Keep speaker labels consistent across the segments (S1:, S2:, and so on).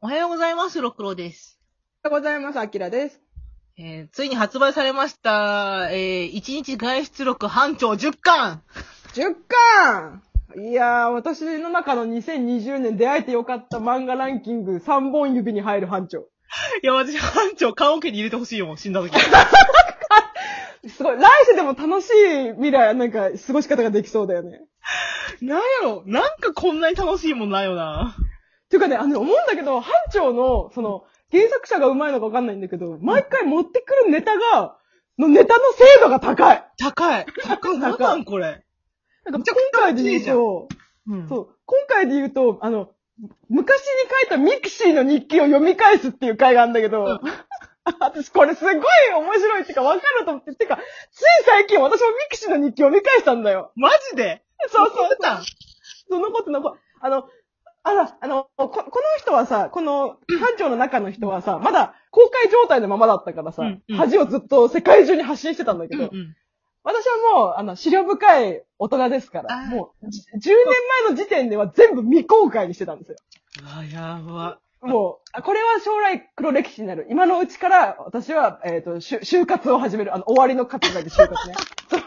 S1: おはようございます、ろくろです。
S2: おはようございます。あきらです。
S1: えーついに発売されました、えー、1日外出力班長10巻
S2: 10巻いやー、私の中の2020年出会えてよかった漫画ランキング3本指に入る班長。
S1: いや、私、班長、棺桶に入れてほしいよ、死んだ時。
S2: すごい。来世でも楽しい未来、なんか、過ごし方ができそうだよね。
S1: なんやろなんかこんなに楽しいもんないよな。
S2: ていうかね、あの、思うんだけど、班長の、その、原作者がうまいのかわかんないんだけど、毎回持ってくるネタが、のネタの精度が高い。
S1: 高い。 高い。なんなんこれ。
S2: なんか、今回で言うと、
S1: うん
S2: そう、今回で言うと、あの、昔に書いたミクシーの日記を読み返すっていう回があるんだけど、
S1: うん
S2: 私これすごい面白いってか分かると思って、てか、つい最近私もミクシーの日記読み返したんだよ。
S1: マジで
S2: そうそう
S1: 言ってた
S2: そのことのこ、あの、あら、あの、ここの人はさ、この班長の中の人はさ、まだ公開状態のままだったからさ、
S1: うんうん
S2: 恥をずっと世界中に発信してたんだ
S1: う
S2: け
S1: ん
S2: ど、
S1: うん。
S2: 私はもう、あの、資料深い大人ですか
S1: あ
S2: ら、
S1: ー
S2: もう、じ10年前の時点では全部未公開にしてたんですよ。
S1: あ、やば。
S2: もう、あこれは将来黒歴史になる。今のうちから、私は、えっ、と、就 就活を始める。あの、終わりの活動で就 活ね。そう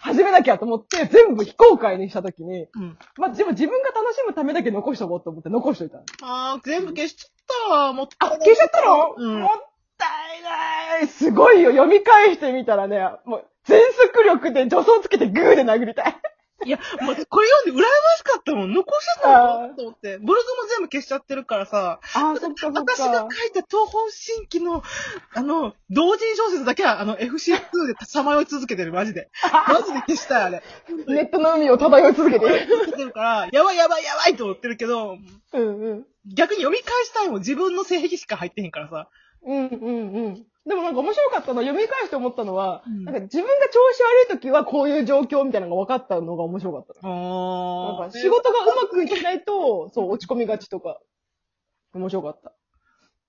S2: 始めなきゃと思って、全部非公開にしたときに、
S1: うん。
S2: まあ、でも自分が楽しむためだけ残しとこうと思って残しといたの。
S1: あー、全部消しちゃったわ。もった
S2: あ、
S1: いない
S2: 消しちゃったの、
S1: うん
S2: もったいない。すごいよ。読み返してみたらね、もう、全速力で助走つけてグーで殴りたい。
S1: いや、もう、これ読んで羨ましかったもん。残しちゃったのかなと思って。ブログも全部消しちゃってるからさ。
S2: あー、そっかそっか。
S1: 私が書いた東方神起の、あの、同人小説だけは、あの、FC2 でさまよい続けてる、マジ で。マジで消したい、あれ。
S2: ネットの海を漂い続けている。
S1: 消してるから、やばいやばいやばいと思ってるけど、
S2: うんうん。
S1: 逆に読み返したいもん、自分の性癖しか入ってへんからさ。
S2: うんうんうん。でもなんか面白かったのは読み返して思ったのは、
S1: うん
S2: なんか自分が調子悪い時はこういう状況みたいなのが分かったのが面白かった
S1: あ
S2: な。なんか仕事がうまくいってないと、そう落ち込みがちとか、面白かった。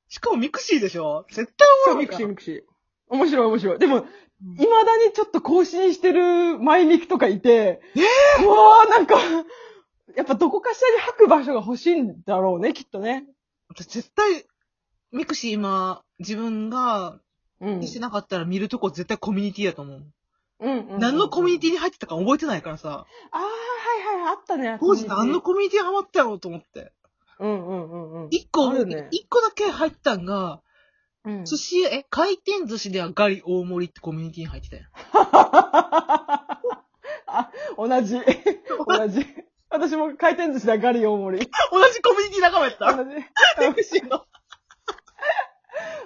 S1: しかもミクシーでしょ絶対おもろい
S2: ミ
S1: か
S2: ク
S1: ら
S2: シーミクシー。面白い面白い。でも、未だにちょっと更新してる前ミクとかいて、えもうなんか、やっぱどこかしらに吐く場所が欲しいんだろうね、きっとね。
S1: 私絶対、ミクシー今、自分が、
S2: うん。
S1: してなかったら見るとこ絶対コミュニティやと思う。
S2: うんうんうん
S1: 何のコミュニテ
S2: ィ
S1: ィに入ってたか覚えてないからさ。
S2: ああ、はいはい、あったね。
S1: 当時何のコミュニティハマったやろうと思って。
S2: うんうんうんうん。
S1: 一個、
S2: あ
S1: 一、
S2: るね
S1: 個だけ入ったんが、
S2: うん
S1: 寿司屋、え、回転寿司ではガリ大盛りってコミュニティに入ってたよ。
S2: あ、同じ。同じ。私も回転寿司だ、ガリ大盛り。
S1: 同じコミュニティ仲間やっ
S2: 同
S1: た。
S2: じ。
S1: セクシーの。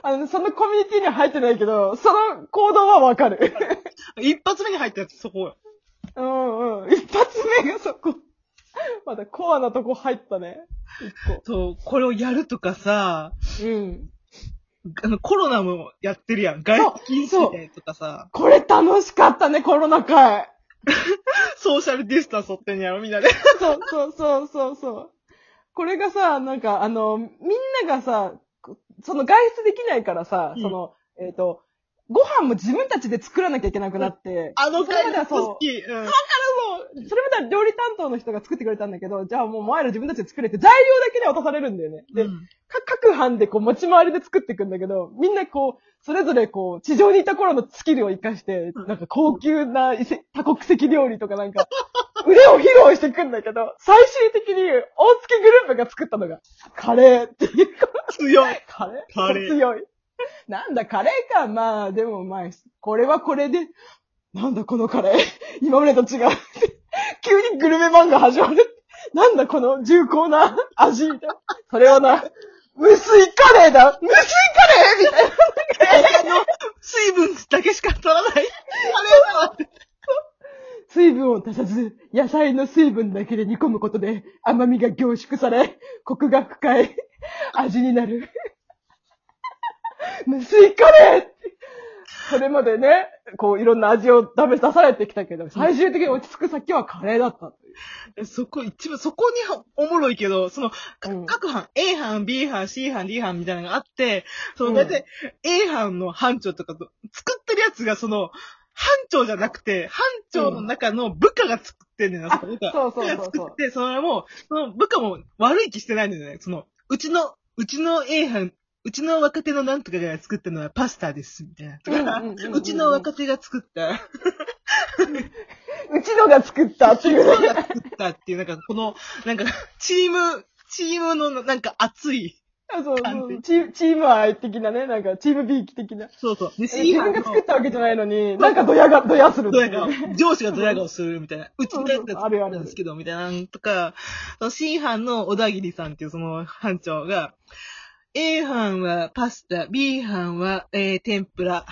S2: あの、そのコミュニティには入ってないけど、その行動はわかる。
S1: 一発目に入ったやつ、そこよ。
S2: うんうん。一発目がそこ。またコアなとこ入ったね。一
S1: そう、これをやるとかさ、
S2: 個。うん。
S1: あの、コロナもやってるやん。外出禁止でとかさ、
S2: これ楽しかったね、コロナ禍。
S1: ソーシャルディスタンス取ってんやろ、みんなで。
S2: そうそうそうそうそう。これがさ、なんかあの、みんながさ、その外出できないからさ、
S1: うん
S2: その、えっ、と、ご飯も自分たちで作らなきゃいけなくなって、
S1: あの
S2: それ
S1: 回
S2: まで
S1: が
S2: は
S1: 好
S2: そ
S1: き。うん。
S2: う、そうそれまでは料理担当の人が作ってくれたんだけど、じゃあもうお前ら自分たちで作れって、材料だけで渡されるんだよね。で、
S1: うん
S2: か各班でこう持ち回りで作っていくんだけど、みんなこう、それぞれこう、地上にいた頃のスキルを活かして
S1: うん、
S2: なんか高級な異世多国籍料理とかなんか、 腕を披露していくんだけど、最終的に大月グループが作ったのが、カレーっていう、
S1: 強い。
S2: カレー
S1: カレー
S2: 強い。なんだ、カレーか。まあ、でもまあ、これはこれで、なんだこのカレー。今までと違う。 急にグルメ漫画始まる。なんだこの重厚な味みたいな。それはな、無水カレーだ無水カレーみたいな。
S1: あの、 水分だけしか取ら ない。あれだわって。
S2: 水分を足さず、野菜の水分だけで煮込むことで甘みが凝縮され、コクが深い味になる。 無水カレーそれまでね、こういろんな味を試し出されてきたけど、最終的に落ち着く先はカレーだった。
S1: えそこ、一番、そこにはおもろいけど、その、か
S2: うん
S1: 各班、A 班、B 班、C 班、D 班みたいなのがあって、その、
S2: うん
S1: だいたい A 班の班長とかと、作ってるやつが、その、班長じゃなくて、班長の中の部下が作ってんねんな、
S2: あ
S1: その部下。
S2: そうそうそうそう
S1: 部下が作って、それも、その部下も悪い気してないんだよね。その、うちのうちの A 班、うちの若手のなんとかが作ったのはパスタです、みたいな。とか
S2: うんうんうんうん
S1: うちの若手が作った、
S2: うちのが作ったっていうね。
S1: 作ったっていう、なんかこの、なんか、チーム、チームのなんか熱い、
S2: そうそう
S1: 完璧
S2: チーム。チーム愛的なね、なんか、チーム B 的な。
S1: そうそう。で、
S2: え
S1: C
S2: 自
S1: 班
S2: 分が
S1: の
S2: 作ったわけじゃないのに、なんかドヤが、ドヤするって
S1: ド
S2: い
S1: ヤ
S2: うね。
S1: 顔、上司がドヤ顔するみたいな。うちのやつが
S2: あ
S1: 作
S2: るあ
S1: っ
S2: る
S1: たんですけど、みたいなのとか、その C 班の小田切さんっていうその班長が、A 班はパスタ、B 班は、えー、天ぷら。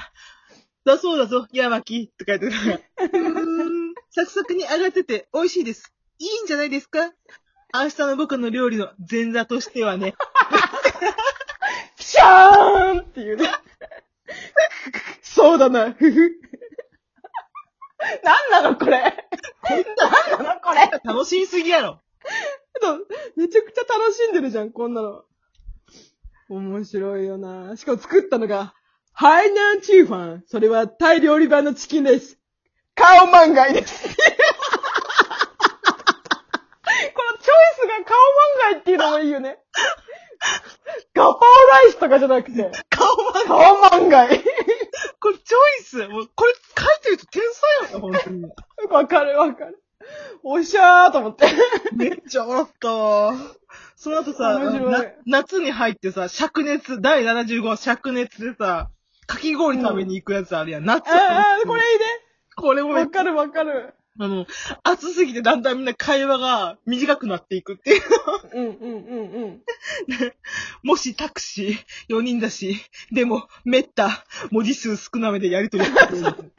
S1: だそうだぞ、ヤマキとか言ってたら、うーん、サクサクに揚がってて美味しいです。いいんじゃないですか明日の僕の料理の前座としてはね。
S2: ピシャーンっていうね。そうだな、ふふ。なんなのこれ。なんなのこれ。
S1: 楽しみすぎやろ。
S2: めちゃくちゃ楽しんでるじゃん、こんなの。面白いよな。しかも作ったのが、ハイナンチーファン。それはタイ料理版のチキンです。カオマンガイです。 このチョイスがカオマンガイっていうのもいいよね。ガパオライスとかじゃなくて、
S1: 顔は、
S2: カオマンガイ。
S1: これチョイス。もう、これ書いてると天才やな、本当に。
S2: わかるわかる。おっしゃーと思って。
S1: めっちゃ笑ったわ。その後さ、
S2: 面白い
S1: な夏に入ってさ、灼熱、第75話灼熱でさ、かき氷食べに行くやつあるやん。夏。
S2: ああ、これいいね。
S1: これもめっ
S2: わかるわかる。
S1: あの、暑すぎてだんだんみんな会話が短くなっていくっていう。
S2: うんうんうんうん。
S1: もしタクシー、4人だし、でも、めった、文字数少なめでやりとりしてる。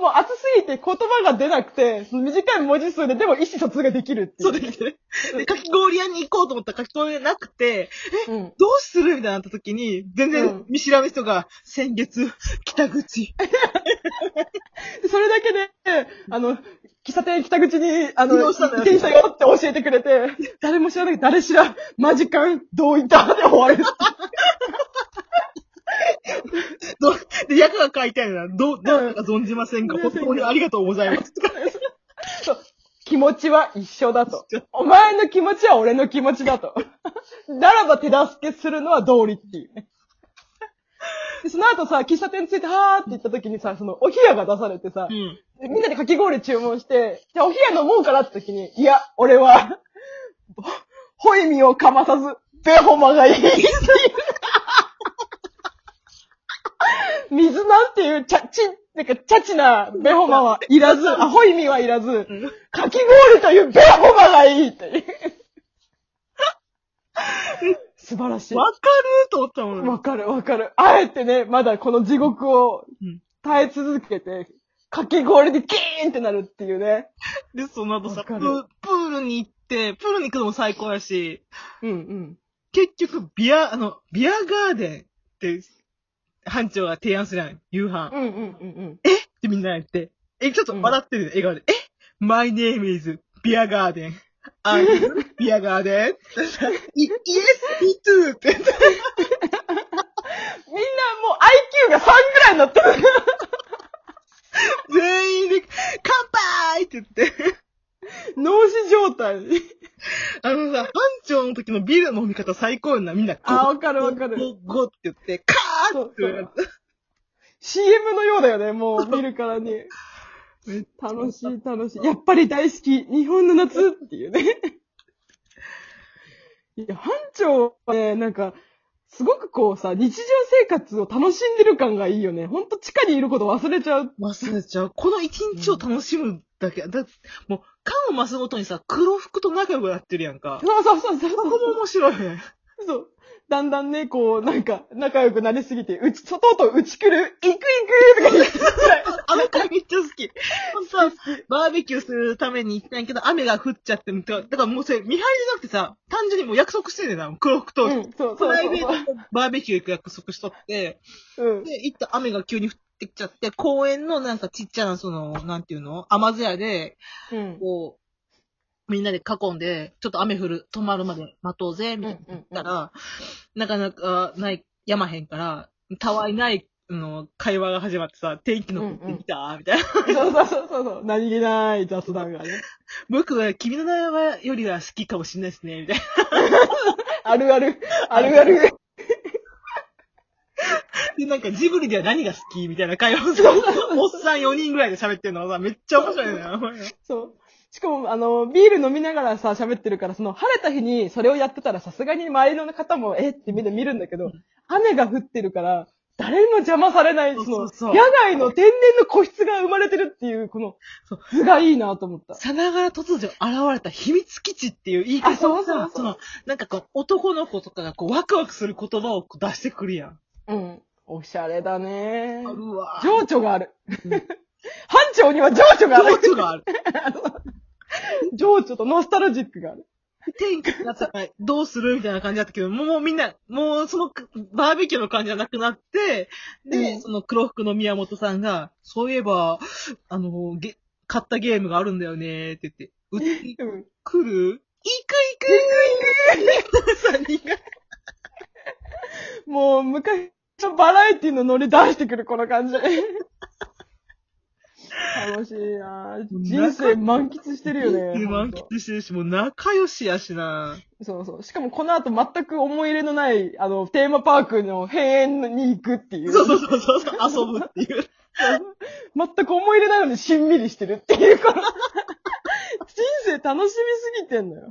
S2: もう暑すぎて言葉が出なくて、短い文字数ででも意思疎通ができるっていう。
S1: そうできてね。で、かき氷屋に行こうと思ったらかき氷屋なくて、
S2: うん。
S1: どうするみたいになった時に、全
S2: うん
S1: 然見知らぬ人が、先月、 北口、
S2: それだけで、あの、喫茶店北口に、あの、
S1: 移動した
S2: 移
S1: のよ
S2: 転したよって教えてくれて、誰も知らない、誰知らん、マジカン、どういたで終わる。
S1: ど、で、役が書いてあるな。どう、どうなのか存じませんが、
S2: うん
S1: 本当にありがとうございます。
S2: そう気持ちは一緒だと
S1: 一緒。
S2: お前の気持ちは俺の気持ちだと。ならば手助けするのは道理っていうね。でその後さ、喫茶店ついて、はーって言った時にさ、その、お冷やが出されてさ、
S1: うん。
S2: でみんなでかき氷注文して、じゃあお冷や飲もうかなって時に、いや、俺は、 ほ、ほいみをかまさず、べほまがいいっていう。水なんていう、ちゃ、ち、なんか、ちゃちな、べほまはいらず、あ、ほいみはいらず、かき氷というべほまがいいっていう。 素晴らしい。
S1: わ
S2: わ
S1: かると思ったもんね。
S2: かるわかる。あえてね、まだこの地獄を
S1: うん
S2: 耐え続けて、かき氷でキーンってなるっていうね。
S1: で、その後さ、
S2: わ
S1: プ
S2: かる
S1: ープールに行って、プールに行くのも最高やし、
S2: うんうん。
S1: 結局、ビア、あの、ビアガーデンって、班長が提案するやん、夕飯。
S2: うんうんうん
S1: えってみんな言って。え、ちょっと笑ってる、笑顔で。え ?my name is ビアガーデン。I am ビアガーデン。イ yes, me too! って。
S2: みんなもう IQ が3ぐらいになってる。
S1: 全員で、乾杯って言って。
S2: 脳死状態。
S1: あのさ、班長の時のビールの飲み方最高やんな。みんな、
S2: あ、わかるわかる。
S1: ゴッゴッって言って、カーって言われて
S2: CM のようだよね、もう見るからに。
S1: めっ
S2: 楽しい楽しい。やっぱり大好き。日本の夏っていうね。いや、班長はね、なんか、すごくこうさ、日常生活を楽しんでる感がいいよね。ほんと地下にいること忘れちゃう。
S1: 忘れちゃう。この一日を楽しむだけ。だもう、缶を増すごとにさ、黒服と仲良くなってるやんか。
S2: そうそうそうそう。
S1: ここも面白いね。
S2: そう。だんだんね、こう、なんか、仲良くなりすぎて、うち、とうとう、うち来る、行く行くとか言って
S1: あの回めっちゃ好き。本当はバーベキューするために行ったんやけど、雨が降っちゃって、だからもうそれ、見張りじゃなくてさ、単純にもう約束してんねんな、黒服と。
S2: うん、そう
S1: プ
S2: そう
S1: ライ
S2: そう
S1: ベートでバーベキュー行く約束しとって、
S2: そう。うん。
S1: で、行った雨が急に降ってきちゃって、公園のなんかちっちゃな、その、なんていうの雨艶で、
S2: うん。
S1: こう、みんなで囲んで、ちょっと雨降る、止まるまで待とうぜ、みたいな。
S2: うん
S1: ったら、なかなかない、やまへんから、たわいないあの、会話が始まってさ、天気の子って見た、みたいな。
S2: そうそうそうそう。何気ない雑談がね。
S1: 僕は君の名はよりは好きかもしれないですね、みたい な。
S2: あるある。あるある。
S1: で、なんかジブリでは何が好きみたいな会話を さ、おっさん4人ぐらいで喋ってるのがさ、めっちゃ面白いのよ。
S2: そう。しかも、あの、ビール飲みながらさ、喋ってるから、その、晴れた日にそれをやってたら、さすがに周りの方も、えってみんな見るんだけど、雨が降ってるから、誰にも邪魔されない、
S1: そう
S2: そ
S1: そ
S2: の
S1: うそう、
S2: 野外の天然の個室が生まれてるっていう、この
S1: そう、
S2: 図がいいなと思った。
S1: さながら突如現れた秘密基地っていう言い方
S2: あそう
S1: を
S2: そうそう
S1: さ、その、なんかこう、男の子とかがこう、ワクワクする言葉をこう出してくるやん。
S2: うん。おしゃれだね。
S1: うわぁ。
S2: 情緒がある。班長には情緒が ある。
S1: 情緒がある。
S2: 情緒とノスタルジックがある。
S1: 天気になったからどうするみたいな感じだったけど、もうもうみんな、もうそのバーベキューの感じじゃなくなって、で、
S2: うん
S1: その黒服の宮本さんが、そういえば、あの、げ買ったゲームがあるんだよねって言って、うちに
S2: うん。
S1: 来る行く行く行く行く三人が。
S2: もう、昔のバラエティのノリ出してくる、この感じ。 楽しいなぁ人生満喫してるよね。
S1: 満
S2: ほんと
S1: 喫してるし、もう仲良しやしな。
S2: そうそう。しかもこの後全く思い入れのない、あの、テーマパークの閉園に行くっていう。
S1: そうそうそうそう、遊ぶっていう。
S2: 全く思い入れないのにしんみりしてるっていうから。人生楽しみすぎてんのよ。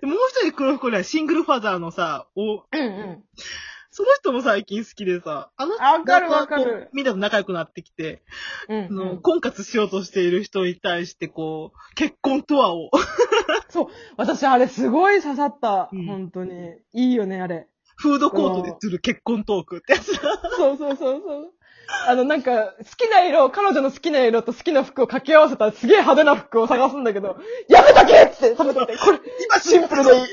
S1: でもう一人黒服にはシングルファザーのさ、お、
S2: うんうん。
S1: その人も最近好きでさ、あの人
S2: あわかるわかる
S1: だんだんこうみんなと仲良くなってきて、
S2: うん
S1: あの、婚活しようとしている人に対して、こう、結婚とはを、
S2: 私あれすごい刺さった。
S1: うん
S2: 本当に。いいよね、あれ。
S1: フードコートでする結婚トークってやつ。
S2: そうそうそうそう。あの、なんか、好きな色、彼女の好きな色と好きな服を掛け合わせたすげえ派手な服を探すんだけど、やめとけっつって、食べとけこれ、
S1: 今
S2: シンプルでいい。